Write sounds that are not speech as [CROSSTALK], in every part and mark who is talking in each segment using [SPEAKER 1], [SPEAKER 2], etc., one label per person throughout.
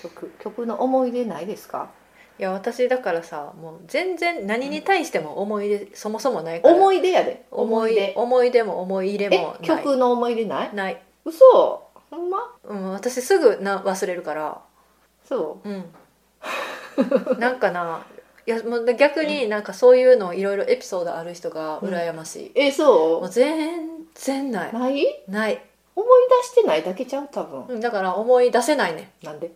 [SPEAKER 1] 曲曲の思い出ないですか
[SPEAKER 2] いや私だからさもう全然何に対しても思い出、そもそもないから
[SPEAKER 1] 思い出やで
[SPEAKER 2] 思い出思い出も思い入れ
[SPEAKER 1] え
[SPEAKER 2] もない
[SPEAKER 1] 曲の思い出ない
[SPEAKER 2] ない、
[SPEAKER 1] 嘘ほんま
[SPEAKER 2] うん、私すぐな忘れるから
[SPEAKER 1] そ
[SPEAKER 2] うんなんかないやもう逆になんかそういうのいろいろエピソードある人が羨ましい、
[SPEAKER 1] うえそ
[SPEAKER 2] もう
[SPEAKER 1] う
[SPEAKER 2] 全然ない
[SPEAKER 1] ない
[SPEAKER 2] ない、
[SPEAKER 1] 思い出してないだけちゃう多分
[SPEAKER 2] うん、だから思い出せないね
[SPEAKER 1] なんで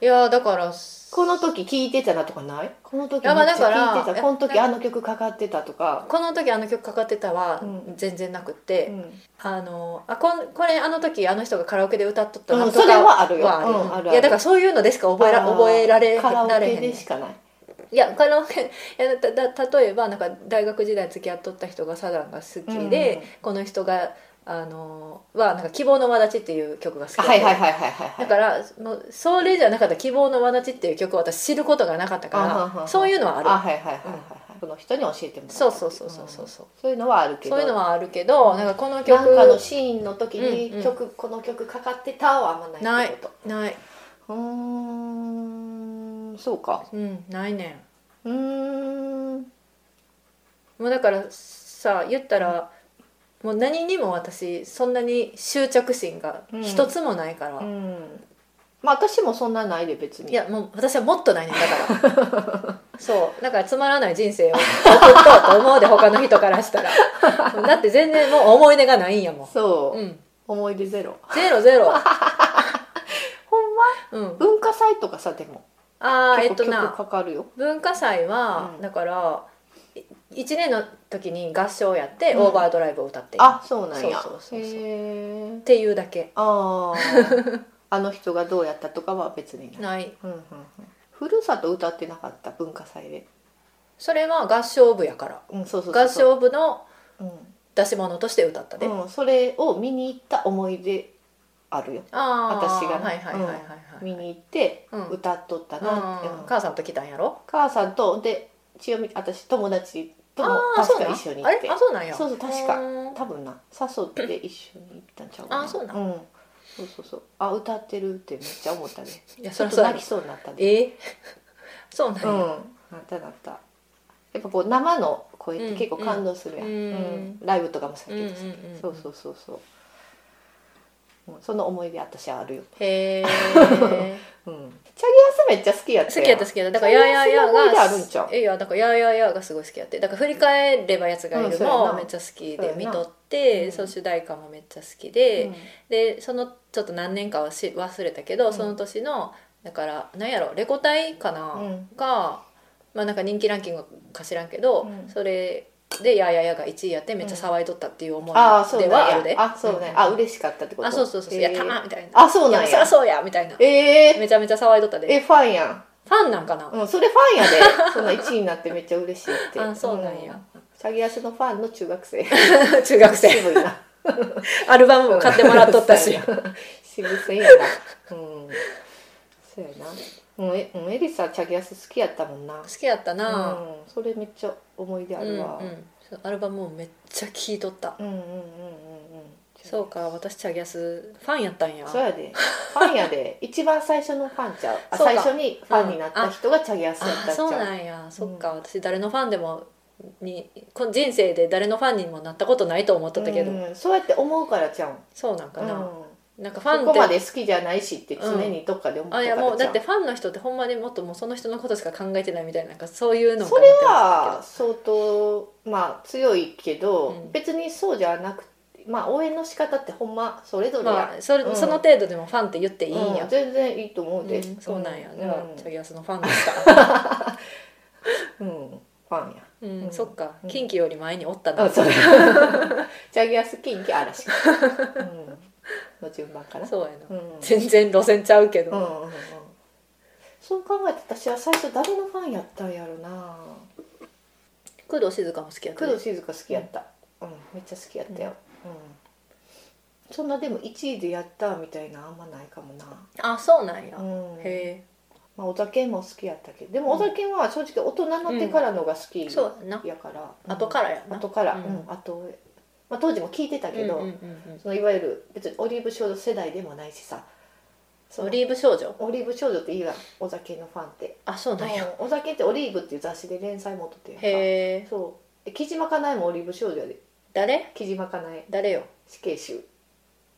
[SPEAKER 2] いやだから
[SPEAKER 1] この時聴いてたなとかないこの時め
[SPEAKER 2] や
[SPEAKER 1] っち
[SPEAKER 2] まあだか
[SPEAKER 1] ゃ
[SPEAKER 2] ら
[SPEAKER 1] 聴いて
[SPEAKER 2] いや
[SPEAKER 1] たこの時あの曲かかってたとか
[SPEAKER 2] この時あの曲かかってたは
[SPEAKER 1] うん
[SPEAKER 2] 全然なくっ
[SPEAKER 1] う
[SPEAKER 2] て、
[SPEAKER 1] ん
[SPEAKER 2] あのあこんこれあの時あの人がカラオケで歌っとったな
[SPEAKER 1] うん
[SPEAKER 2] とか
[SPEAKER 1] それはあるよ
[SPEAKER 2] はある
[SPEAKER 1] うんある
[SPEAKER 2] いやだからそういうのでしか覚えら
[SPEAKER 1] あー
[SPEAKER 2] 覚えられ
[SPEAKER 1] カラオ
[SPEAKER 2] なれへ
[SPEAKER 1] ケ
[SPEAKER 2] んね
[SPEAKER 1] で
[SPEAKER 2] ん
[SPEAKER 1] しかない
[SPEAKER 2] いやカラオケ [LAUGHS] いやだだ例えばなんか大学時代付き合っとった人がサザンが好きで、
[SPEAKER 1] うん
[SPEAKER 2] この人があのはなんか希望の轍っていう曲が好き
[SPEAKER 1] あ
[SPEAKER 2] で
[SPEAKER 1] はいはいはいはいはいはい
[SPEAKER 2] だからもうそれじゃなかった希望の轍っていう曲を私知ることがなかった
[SPEAKER 1] あはんはん
[SPEAKER 2] か
[SPEAKER 1] は
[SPEAKER 2] ら
[SPEAKER 1] ん
[SPEAKER 2] そういうのはある
[SPEAKER 1] あはいはいはいはいはいこの人に教えてもらった
[SPEAKER 2] そうそうそうそうそうそう
[SPEAKER 1] そういうのはあるけど
[SPEAKER 2] そういうのはあるけど、なんかこの曲
[SPEAKER 1] なんかのシーンの時
[SPEAKER 2] うんう
[SPEAKER 1] に
[SPEAKER 2] ん
[SPEAKER 1] 曲、この曲かかってたはあんまないってこと
[SPEAKER 2] ない、
[SPEAKER 1] うーんそうか
[SPEAKER 2] うん、ないね
[SPEAKER 1] う
[SPEAKER 2] ん
[SPEAKER 1] ーん
[SPEAKER 2] もうだからさ言ったら、もう何にも私そんなに執着心が一つもないから、
[SPEAKER 1] うんまあ私もそんなないで別に
[SPEAKER 2] いやもう私はもっとないねんだから
[SPEAKER 1] [LAUGHS]
[SPEAKER 2] そうだからつまらない人生を送っとうと思うで他の人からしたらだって全然もう思い出がないんやもん
[SPEAKER 1] そう、
[SPEAKER 2] うん
[SPEAKER 1] 思い出ゼロ
[SPEAKER 2] ゼ
[SPEAKER 1] [LAUGHS]
[SPEAKER 2] ロゼロ
[SPEAKER 1] ほんま
[SPEAKER 2] うん
[SPEAKER 1] 文化祭とかさでも
[SPEAKER 2] ああえっ
[SPEAKER 1] 結構
[SPEAKER 2] と
[SPEAKER 1] 曲
[SPEAKER 2] な
[SPEAKER 1] かかるよ、
[SPEAKER 2] 文化祭は、
[SPEAKER 1] うん
[SPEAKER 2] だから1年の時に合唱をやって、
[SPEAKER 1] うん
[SPEAKER 2] オーバードライブを歌っているっ
[SPEAKER 1] あそうなんや
[SPEAKER 2] そうそうそうそう
[SPEAKER 1] へえ
[SPEAKER 2] ていうだけ
[SPEAKER 1] あ
[SPEAKER 2] [LAUGHS]
[SPEAKER 1] ーあの人がどうやったとかは別にない、
[SPEAKER 2] ない
[SPEAKER 1] うんうんうん、ふるさと歌ってなかった文化祭で、
[SPEAKER 2] それは合唱部やから
[SPEAKER 1] うん、そうそうそう
[SPEAKER 2] 合唱部の
[SPEAKER 1] 唱、うん
[SPEAKER 2] 出し物として歌ったで、あ
[SPEAKER 1] うん、それを見に行った思い出あるよ
[SPEAKER 2] あ
[SPEAKER 1] 私がね
[SPEAKER 2] はいはいはいはいはい、
[SPEAKER 1] 見に行って
[SPEAKER 2] うん
[SPEAKER 1] 歌っとったなって、
[SPEAKER 2] うん
[SPEAKER 1] うん
[SPEAKER 2] 母さんと来たんやろ
[SPEAKER 1] 母さんとで千代美私友達とも
[SPEAKER 2] あー
[SPEAKER 1] 確か一緒に行って
[SPEAKER 2] そうなんあれあそうな
[SPEAKER 1] そう
[SPEAKER 2] んや
[SPEAKER 1] そう確か
[SPEAKER 2] ーん
[SPEAKER 1] 多分な誘って一緒に行ったんちゃうかな
[SPEAKER 2] あそうなん
[SPEAKER 1] ん、そうそうそうあ歌ってるってめっちゃ思ったね
[SPEAKER 2] いや
[SPEAKER 1] ち
[SPEAKER 2] [LAUGHS] そ
[SPEAKER 1] ょ
[SPEAKER 2] り
[SPEAKER 1] っと
[SPEAKER 2] ゃそうや
[SPEAKER 1] 泣
[SPEAKER 2] ろ
[SPEAKER 1] きそうになった
[SPEAKER 2] え [LAUGHS]
[SPEAKER 1] ね
[SPEAKER 2] ーそうなん
[SPEAKER 1] う
[SPEAKER 2] や、
[SPEAKER 1] んなったなったやっぱこう生の声って結構感動するやん、
[SPEAKER 2] うんうん
[SPEAKER 1] ライブとかもさっき
[SPEAKER 2] うんうん
[SPEAKER 1] 言っ
[SPEAKER 2] うん
[SPEAKER 1] てたそうそうそうそう、うん、その思い出私はあるよ、
[SPEAKER 2] へえ
[SPEAKER 1] [LAUGHS] うん、チャゲアスめっちゃ好きやった
[SPEAKER 2] 好きやった好
[SPEAKER 1] き
[SPEAKER 2] きやっただからヤーヤーヤー
[SPEAKER 1] そんな思い出
[SPEAKER 2] が
[SPEAKER 1] あるんちゃう
[SPEAKER 2] いやいやだからヤーヤーヤーがすごい好きやってだから振り返ればやつがい
[SPEAKER 1] うん
[SPEAKER 2] る
[SPEAKER 1] そうやな
[SPEAKER 2] もめっちゃ好き
[SPEAKER 1] そうや
[SPEAKER 2] で
[SPEAKER 1] な
[SPEAKER 2] 見とっ
[SPEAKER 1] う
[SPEAKER 2] て
[SPEAKER 1] ん
[SPEAKER 2] そう主題歌もめっちゃ好きで、
[SPEAKER 1] うん
[SPEAKER 2] でそのちょっと何年かはし忘れたけど、
[SPEAKER 1] うん
[SPEAKER 2] その年のだから何やろレコ大かな、
[SPEAKER 1] うん
[SPEAKER 2] がまあなんか人気ランキングか知らんけど、
[SPEAKER 1] うん
[SPEAKER 2] それで「やーやーや」が1位やってめっちゃ騒いとったっていう思いで
[SPEAKER 1] ああそう
[SPEAKER 2] はある
[SPEAKER 1] なん
[SPEAKER 2] で
[SPEAKER 1] やあそうね、
[SPEAKER 2] ん
[SPEAKER 1] あ嬉しかったってこと
[SPEAKER 2] あそうそうそうそう
[SPEAKER 1] へ
[SPEAKER 2] や
[SPEAKER 1] え
[SPEAKER 2] ったーみたいな
[SPEAKER 1] あそうなん
[SPEAKER 2] いやそり
[SPEAKER 1] や
[SPEAKER 2] ゃそうやみたいな
[SPEAKER 1] ええ
[SPEAKER 2] めちゃめちゃ騒いとったで
[SPEAKER 1] えファンやん
[SPEAKER 2] ファンなんかな、
[SPEAKER 1] うん、それファンやで [LAUGHS] そんな1位になってめっちゃ嬉しいって
[SPEAKER 2] あそうなんや、
[SPEAKER 1] チャギアスのファンの中学生
[SPEAKER 2] [LAUGHS] 中学生
[SPEAKER 1] 渋い [LAUGHS] な
[SPEAKER 2] アルバムも買ってもらっとったし
[SPEAKER 1] そうやな [LAUGHS] 渋すぎやなうんそうやなうんえうんエリサチャギアス好きやったもんな
[SPEAKER 2] 好きやったな、うん
[SPEAKER 1] うん、それめっちゃ思い出あ
[SPEAKER 2] う
[SPEAKER 1] るわ、
[SPEAKER 2] んそうアルバムもめっちゃ聴いとった、
[SPEAKER 1] うん、うんうんうんうん
[SPEAKER 2] そうか私チャギアスファンやったんや
[SPEAKER 1] そうや
[SPEAKER 2] [LAUGHS]
[SPEAKER 1] でファンやで一番最初のファンちゃうあ
[SPEAKER 2] そうか
[SPEAKER 1] 最初にファンになった人がチャギアスやったんち
[SPEAKER 2] あ
[SPEAKER 1] ゃう
[SPEAKER 2] そうなんやそっか、私誰のファンでもにこ人生で誰のファンにもなったことないと思っとったけど、
[SPEAKER 1] うんそうやって思うからちゃうん
[SPEAKER 2] そうなんかな、
[SPEAKER 1] うん
[SPEAKER 2] なんかファン
[SPEAKER 1] そ
[SPEAKER 2] っ
[SPEAKER 1] こ
[SPEAKER 2] て
[SPEAKER 1] まで好きじゃないしって常にどっかで思って
[SPEAKER 2] あ
[SPEAKER 1] た
[SPEAKER 2] い
[SPEAKER 1] か
[SPEAKER 2] や
[SPEAKER 1] らちゃ
[SPEAKER 2] もうだってファンの人ってほんまにもっともうその人のことしか考えてないみたいななんかそういうのか
[SPEAKER 1] そ
[SPEAKER 2] な
[SPEAKER 1] れ
[SPEAKER 2] って思っ
[SPEAKER 1] は
[SPEAKER 2] た
[SPEAKER 1] 相当まあ強いけど、
[SPEAKER 2] うん
[SPEAKER 1] 別にそうじゃなくてまあ応援の仕方ってほんまそれぞ
[SPEAKER 2] け
[SPEAKER 1] れ
[SPEAKER 2] ど
[SPEAKER 1] や、
[SPEAKER 2] まあそれ、
[SPEAKER 1] うん
[SPEAKER 2] その程度でもファンって言っていいん
[SPEAKER 1] うん
[SPEAKER 2] や、
[SPEAKER 1] 全然いいと思うで、
[SPEAKER 2] うんそうなんや、
[SPEAKER 1] うん
[SPEAKER 2] じゃあチャギアスのファンでした、
[SPEAKER 1] うんファンや
[SPEAKER 2] うん
[SPEAKER 1] うん
[SPEAKER 2] そっか
[SPEAKER 1] うん
[SPEAKER 2] 近畿より前におったな、
[SPEAKER 1] あそれ [LAUGHS] ジャギアスキンキ嵐、うん、の順番かな
[SPEAKER 2] そうやな、
[SPEAKER 1] うん、
[SPEAKER 2] 全然路線ちゃうけど、
[SPEAKER 1] うんうんうんそう考えて私は最初誰のファンやったんやろな
[SPEAKER 2] 工藤静香も好きやった
[SPEAKER 1] 工
[SPEAKER 2] ね、
[SPEAKER 1] 藤静香好きやった、うんめっちゃ好きやったよ、うんそんなでも1位でやったみたいなあんまないかもな、
[SPEAKER 2] あそうなんや、
[SPEAKER 1] うん
[SPEAKER 2] へ
[SPEAKER 1] まあ、お酒も好きやったけどでも
[SPEAKER 2] う
[SPEAKER 1] お
[SPEAKER 2] ん
[SPEAKER 1] 酒は正直大人になってからのが好き
[SPEAKER 2] えそうやな
[SPEAKER 1] やから、
[SPEAKER 2] 後からやな
[SPEAKER 1] 後から、
[SPEAKER 2] うん
[SPEAKER 1] うんあと、まあ、当時も聞いてたけど、
[SPEAKER 2] うんうんうんうん
[SPEAKER 1] そのいわゆる別にオリーブショード世代でもないしさそ
[SPEAKER 2] オ
[SPEAKER 1] の
[SPEAKER 2] リーブ少女
[SPEAKER 1] オリーブ少女っていいわお酒のファンって、
[SPEAKER 2] あそうなんや
[SPEAKER 1] うんお酒ってオリーブっていう雑誌で連載持っとってやんか
[SPEAKER 2] へえ
[SPEAKER 1] そうで木島かなえもオリーブ少女やで
[SPEAKER 2] 誰
[SPEAKER 1] 木島かなえ
[SPEAKER 2] 誰よ
[SPEAKER 1] 死刑囚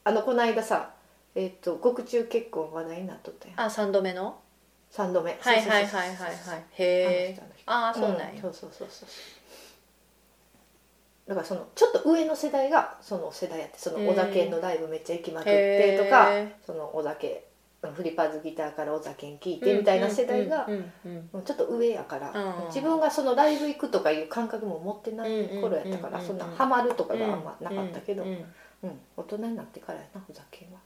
[SPEAKER 1] あのこの間さえっ、と獄中結婚話題になっとったやん
[SPEAKER 2] あ三度目の
[SPEAKER 1] 3度目
[SPEAKER 2] はいはいはいはいはいへえああ
[SPEAKER 1] そ
[SPEAKER 2] そう
[SPEAKER 1] そうそうそうあの人あの人うんそうそうそうそうだ
[SPEAKER 2] うなんや
[SPEAKER 1] からそのちょっと上の世代がその世代やってその
[SPEAKER 2] うん
[SPEAKER 1] お酒のライブめっちゃ行きまくってとか、
[SPEAKER 2] へ
[SPEAKER 1] そのお酒フリパーズギターからお酒聴い
[SPEAKER 2] ー
[SPEAKER 1] てみたいな世代が
[SPEAKER 2] うんうん
[SPEAKER 1] ちょっと上やから、
[SPEAKER 2] うん
[SPEAKER 1] 自分がそのライブ行くとかいう感覚も持ってない頃やったから、
[SPEAKER 2] うんうんうんうん
[SPEAKER 1] そんなハマるとか
[SPEAKER 2] うん
[SPEAKER 1] があんまなかったけど、
[SPEAKER 2] うんうん
[SPEAKER 1] うん、大人になってからやなお酒は、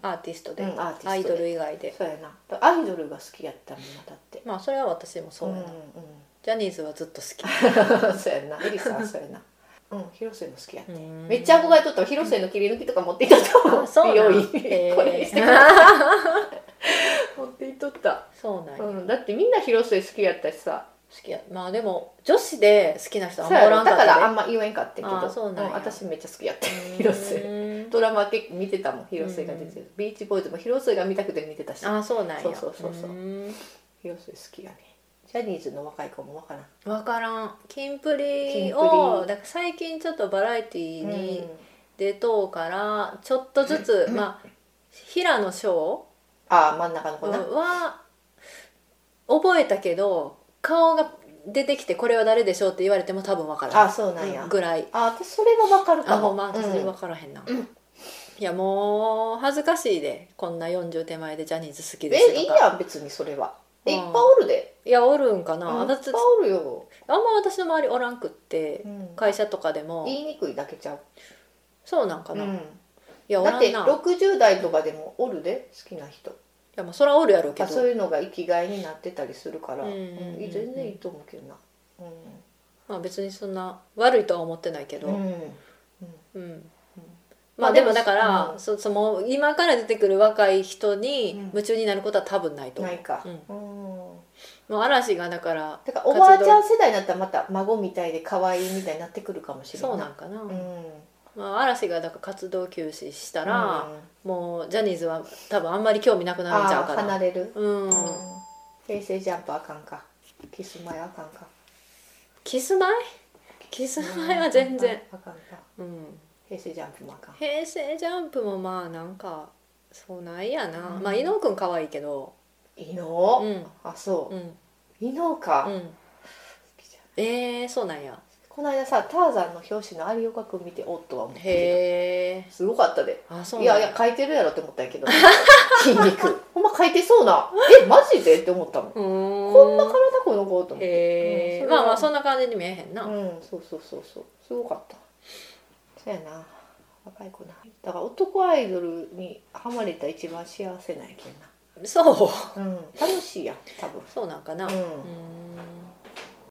[SPEAKER 2] アーティストで
[SPEAKER 1] うんアーティストで
[SPEAKER 2] アイドル以外で
[SPEAKER 1] そうやなだアイドルが好きやったもんなだって
[SPEAKER 2] まあそれは私もそうや
[SPEAKER 1] ん
[SPEAKER 2] なジャニーズはずっ
[SPEAKER 1] [LAUGHS]
[SPEAKER 2] と好
[SPEAKER 1] うんそうやなエリ [LAUGHS] さんそうやなうん広末も好きや
[SPEAKER 2] きうん
[SPEAKER 1] めっちゃ憧れとったわ広末の切り抜きとか持っていったと思 [LAUGHS]
[SPEAKER 2] あそう
[SPEAKER 1] 美
[SPEAKER 2] な
[SPEAKER 1] 容院
[SPEAKER 2] ん
[SPEAKER 1] こ
[SPEAKER 2] へー
[SPEAKER 1] れしてくれ [LAUGHS] 持っていっとった、
[SPEAKER 2] [LAUGHS] そうなんや
[SPEAKER 1] うん、だってみんな広末好きやったしさ
[SPEAKER 2] 好きやまあでも女子で好きな人あん
[SPEAKER 1] そう
[SPEAKER 2] ま
[SPEAKER 1] や
[SPEAKER 2] おら
[SPEAKER 1] ろ
[SPEAKER 2] んか
[SPEAKER 1] だ
[SPEAKER 2] っ
[SPEAKER 1] か
[SPEAKER 2] た
[SPEAKER 1] らあ
[SPEAKER 2] で
[SPEAKER 1] んま言えんかったけど
[SPEAKER 2] あそうなんや
[SPEAKER 1] ん私めっちゃ好きやった
[SPEAKER 2] うん
[SPEAKER 1] [LAUGHS] 広末ドラマ結構見てたもん広末が出てる、ビーチボーイズも広末が見たくて見てたし
[SPEAKER 2] あそうなんや
[SPEAKER 1] そうそうそうそう
[SPEAKER 2] うん
[SPEAKER 1] 広末好きやねジャニーズの若い子もわからん
[SPEAKER 2] わからんキンプ
[SPEAKER 1] キン
[SPEAKER 2] リ
[SPEAKER 1] プ
[SPEAKER 2] をだから最近ちょっとバラエティー
[SPEAKER 1] う
[SPEAKER 2] に
[SPEAKER 1] ん
[SPEAKER 2] 出とうからちょっとずつ、まあ平野翔
[SPEAKER 1] ああ真ん中の子な、
[SPEAKER 2] は覚えたけど顔が出てきてこれは誰でしょうって言われても多分わから
[SPEAKER 1] あ
[SPEAKER 2] ん
[SPEAKER 1] あそうなんや、
[SPEAKER 2] ぐらい
[SPEAKER 1] あ私それもわかるか
[SPEAKER 2] あ
[SPEAKER 1] も
[SPEAKER 2] ほんま
[SPEAKER 1] うん
[SPEAKER 2] それ分からへんな、いやもう恥ずかしいでこんな40手前でジャニーズ好きです
[SPEAKER 1] えいい
[SPEAKER 2] とか
[SPEAKER 1] やん別にそれはえい
[SPEAKER 2] うん
[SPEAKER 1] っぱいおるで、
[SPEAKER 2] いやおるんか
[SPEAKER 1] う
[SPEAKER 2] な、
[SPEAKER 1] ん、いっ
[SPEAKER 2] 私
[SPEAKER 1] ぱいおるよ、
[SPEAKER 2] あんま私の周りおらんくって、
[SPEAKER 1] うん
[SPEAKER 2] 会社とかでも
[SPEAKER 1] 言いにくいだけちゃう
[SPEAKER 2] そうなんかな、い
[SPEAKER 1] うん
[SPEAKER 2] やおら
[SPEAKER 1] だ
[SPEAKER 2] ん
[SPEAKER 1] っ
[SPEAKER 2] ない
[SPEAKER 1] て
[SPEAKER 2] や
[SPEAKER 1] 60代とかでもおるで好きな人
[SPEAKER 2] もうそらおるやろうけ
[SPEAKER 1] あ
[SPEAKER 2] ど
[SPEAKER 1] そういうのが生きがいになってたりするから、
[SPEAKER 2] う
[SPEAKER 1] うんん
[SPEAKER 2] うんうん
[SPEAKER 1] いい全然いいと思うけどなうん
[SPEAKER 2] まあ別にそんな悪いとは思ってないけど、
[SPEAKER 1] うん
[SPEAKER 2] うん
[SPEAKER 1] ま
[SPEAKER 2] ま
[SPEAKER 1] あ
[SPEAKER 2] あでもだから、
[SPEAKER 1] うん
[SPEAKER 2] そその今から出てくる若い人
[SPEAKER 1] う
[SPEAKER 2] に
[SPEAKER 1] ん
[SPEAKER 2] 夢中になることは多分ないと思う、
[SPEAKER 1] ないか
[SPEAKER 2] うん
[SPEAKER 1] うん、
[SPEAKER 2] もう嵐がだから
[SPEAKER 1] だからおばあちゃん世代になったらまた孫みたいで可愛いみたいになってくるかもしれない
[SPEAKER 2] そうなんかな、
[SPEAKER 1] うん
[SPEAKER 2] まあ、嵐がだから活動休止した、
[SPEAKER 1] から
[SPEAKER 2] もうジャニーズは多分あんまり興味なくなるんちゃうか
[SPEAKER 1] 離
[SPEAKER 2] ら
[SPEAKER 1] れる、
[SPEAKER 2] う
[SPEAKER 1] う
[SPEAKER 2] ん、
[SPEAKER 1] ん平成ジャンプあかんかキスマイあかんか
[SPEAKER 2] キスマイキスマイは全然、
[SPEAKER 1] あかんか
[SPEAKER 2] うん、
[SPEAKER 1] 平成ジャンプもあかん
[SPEAKER 2] 平成ジャンプもまあなんかそうないやな、
[SPEAKER 1] うん
[SPEAKER 2] まあ伊野尾くん可愛いけど
[SPEAKER 1] 伊
[SPEAKER 2] う
[SPEAKER 1] 能
[SPEAKER 2] ん
[SPEAKER 1] あそううん伊能か、
[SPEAKER 2] う
[SPEAKER 1] 好
[SPEAKER 2] ん
[SPEAKER 1] きじゃん
[SPEAKER 2] ええー、そうなんや
[SPEAKER 1] この間さターザンの表紙の有岡君見ておっとは思って
[SPEAKER 2] へえ
[SPEAKER 1] たすごかったで
[SPEAKER 2] あそう
[SPEAKER 1] い
[SPEAKER 2] なん
[SPEAKER 1] や
[SPEAKER 2] や
[SPEAKER 1] いや書いてるやろって思ったんやけど [LAUGHS] 筋肉ほんま書いてそうなえマジでって思ったもん
[SPEAKER 2] うーん
[SPEAKER 1] こんな体この子と思って
[SPEAKER 2] へえ、
[SPEAKER 1] うんそれ
[SPEAKER 2] ま
[SPEAKER 1] は
[SPEAKER 2] あまあそんな感じに見えへんな、
[SPEAKER 1] うんそうそうそうそうすごかったそうやな若い子なだから男アイドルにハマれた一番幸せなんやけん
[SPEAKER 2] そう
[SPEAKER 1] な、うん、楽しいやん多分
[SPEAKER 2] そうなんかな、
[SPEAKER 1] う
[SPEAKER 2] うんーん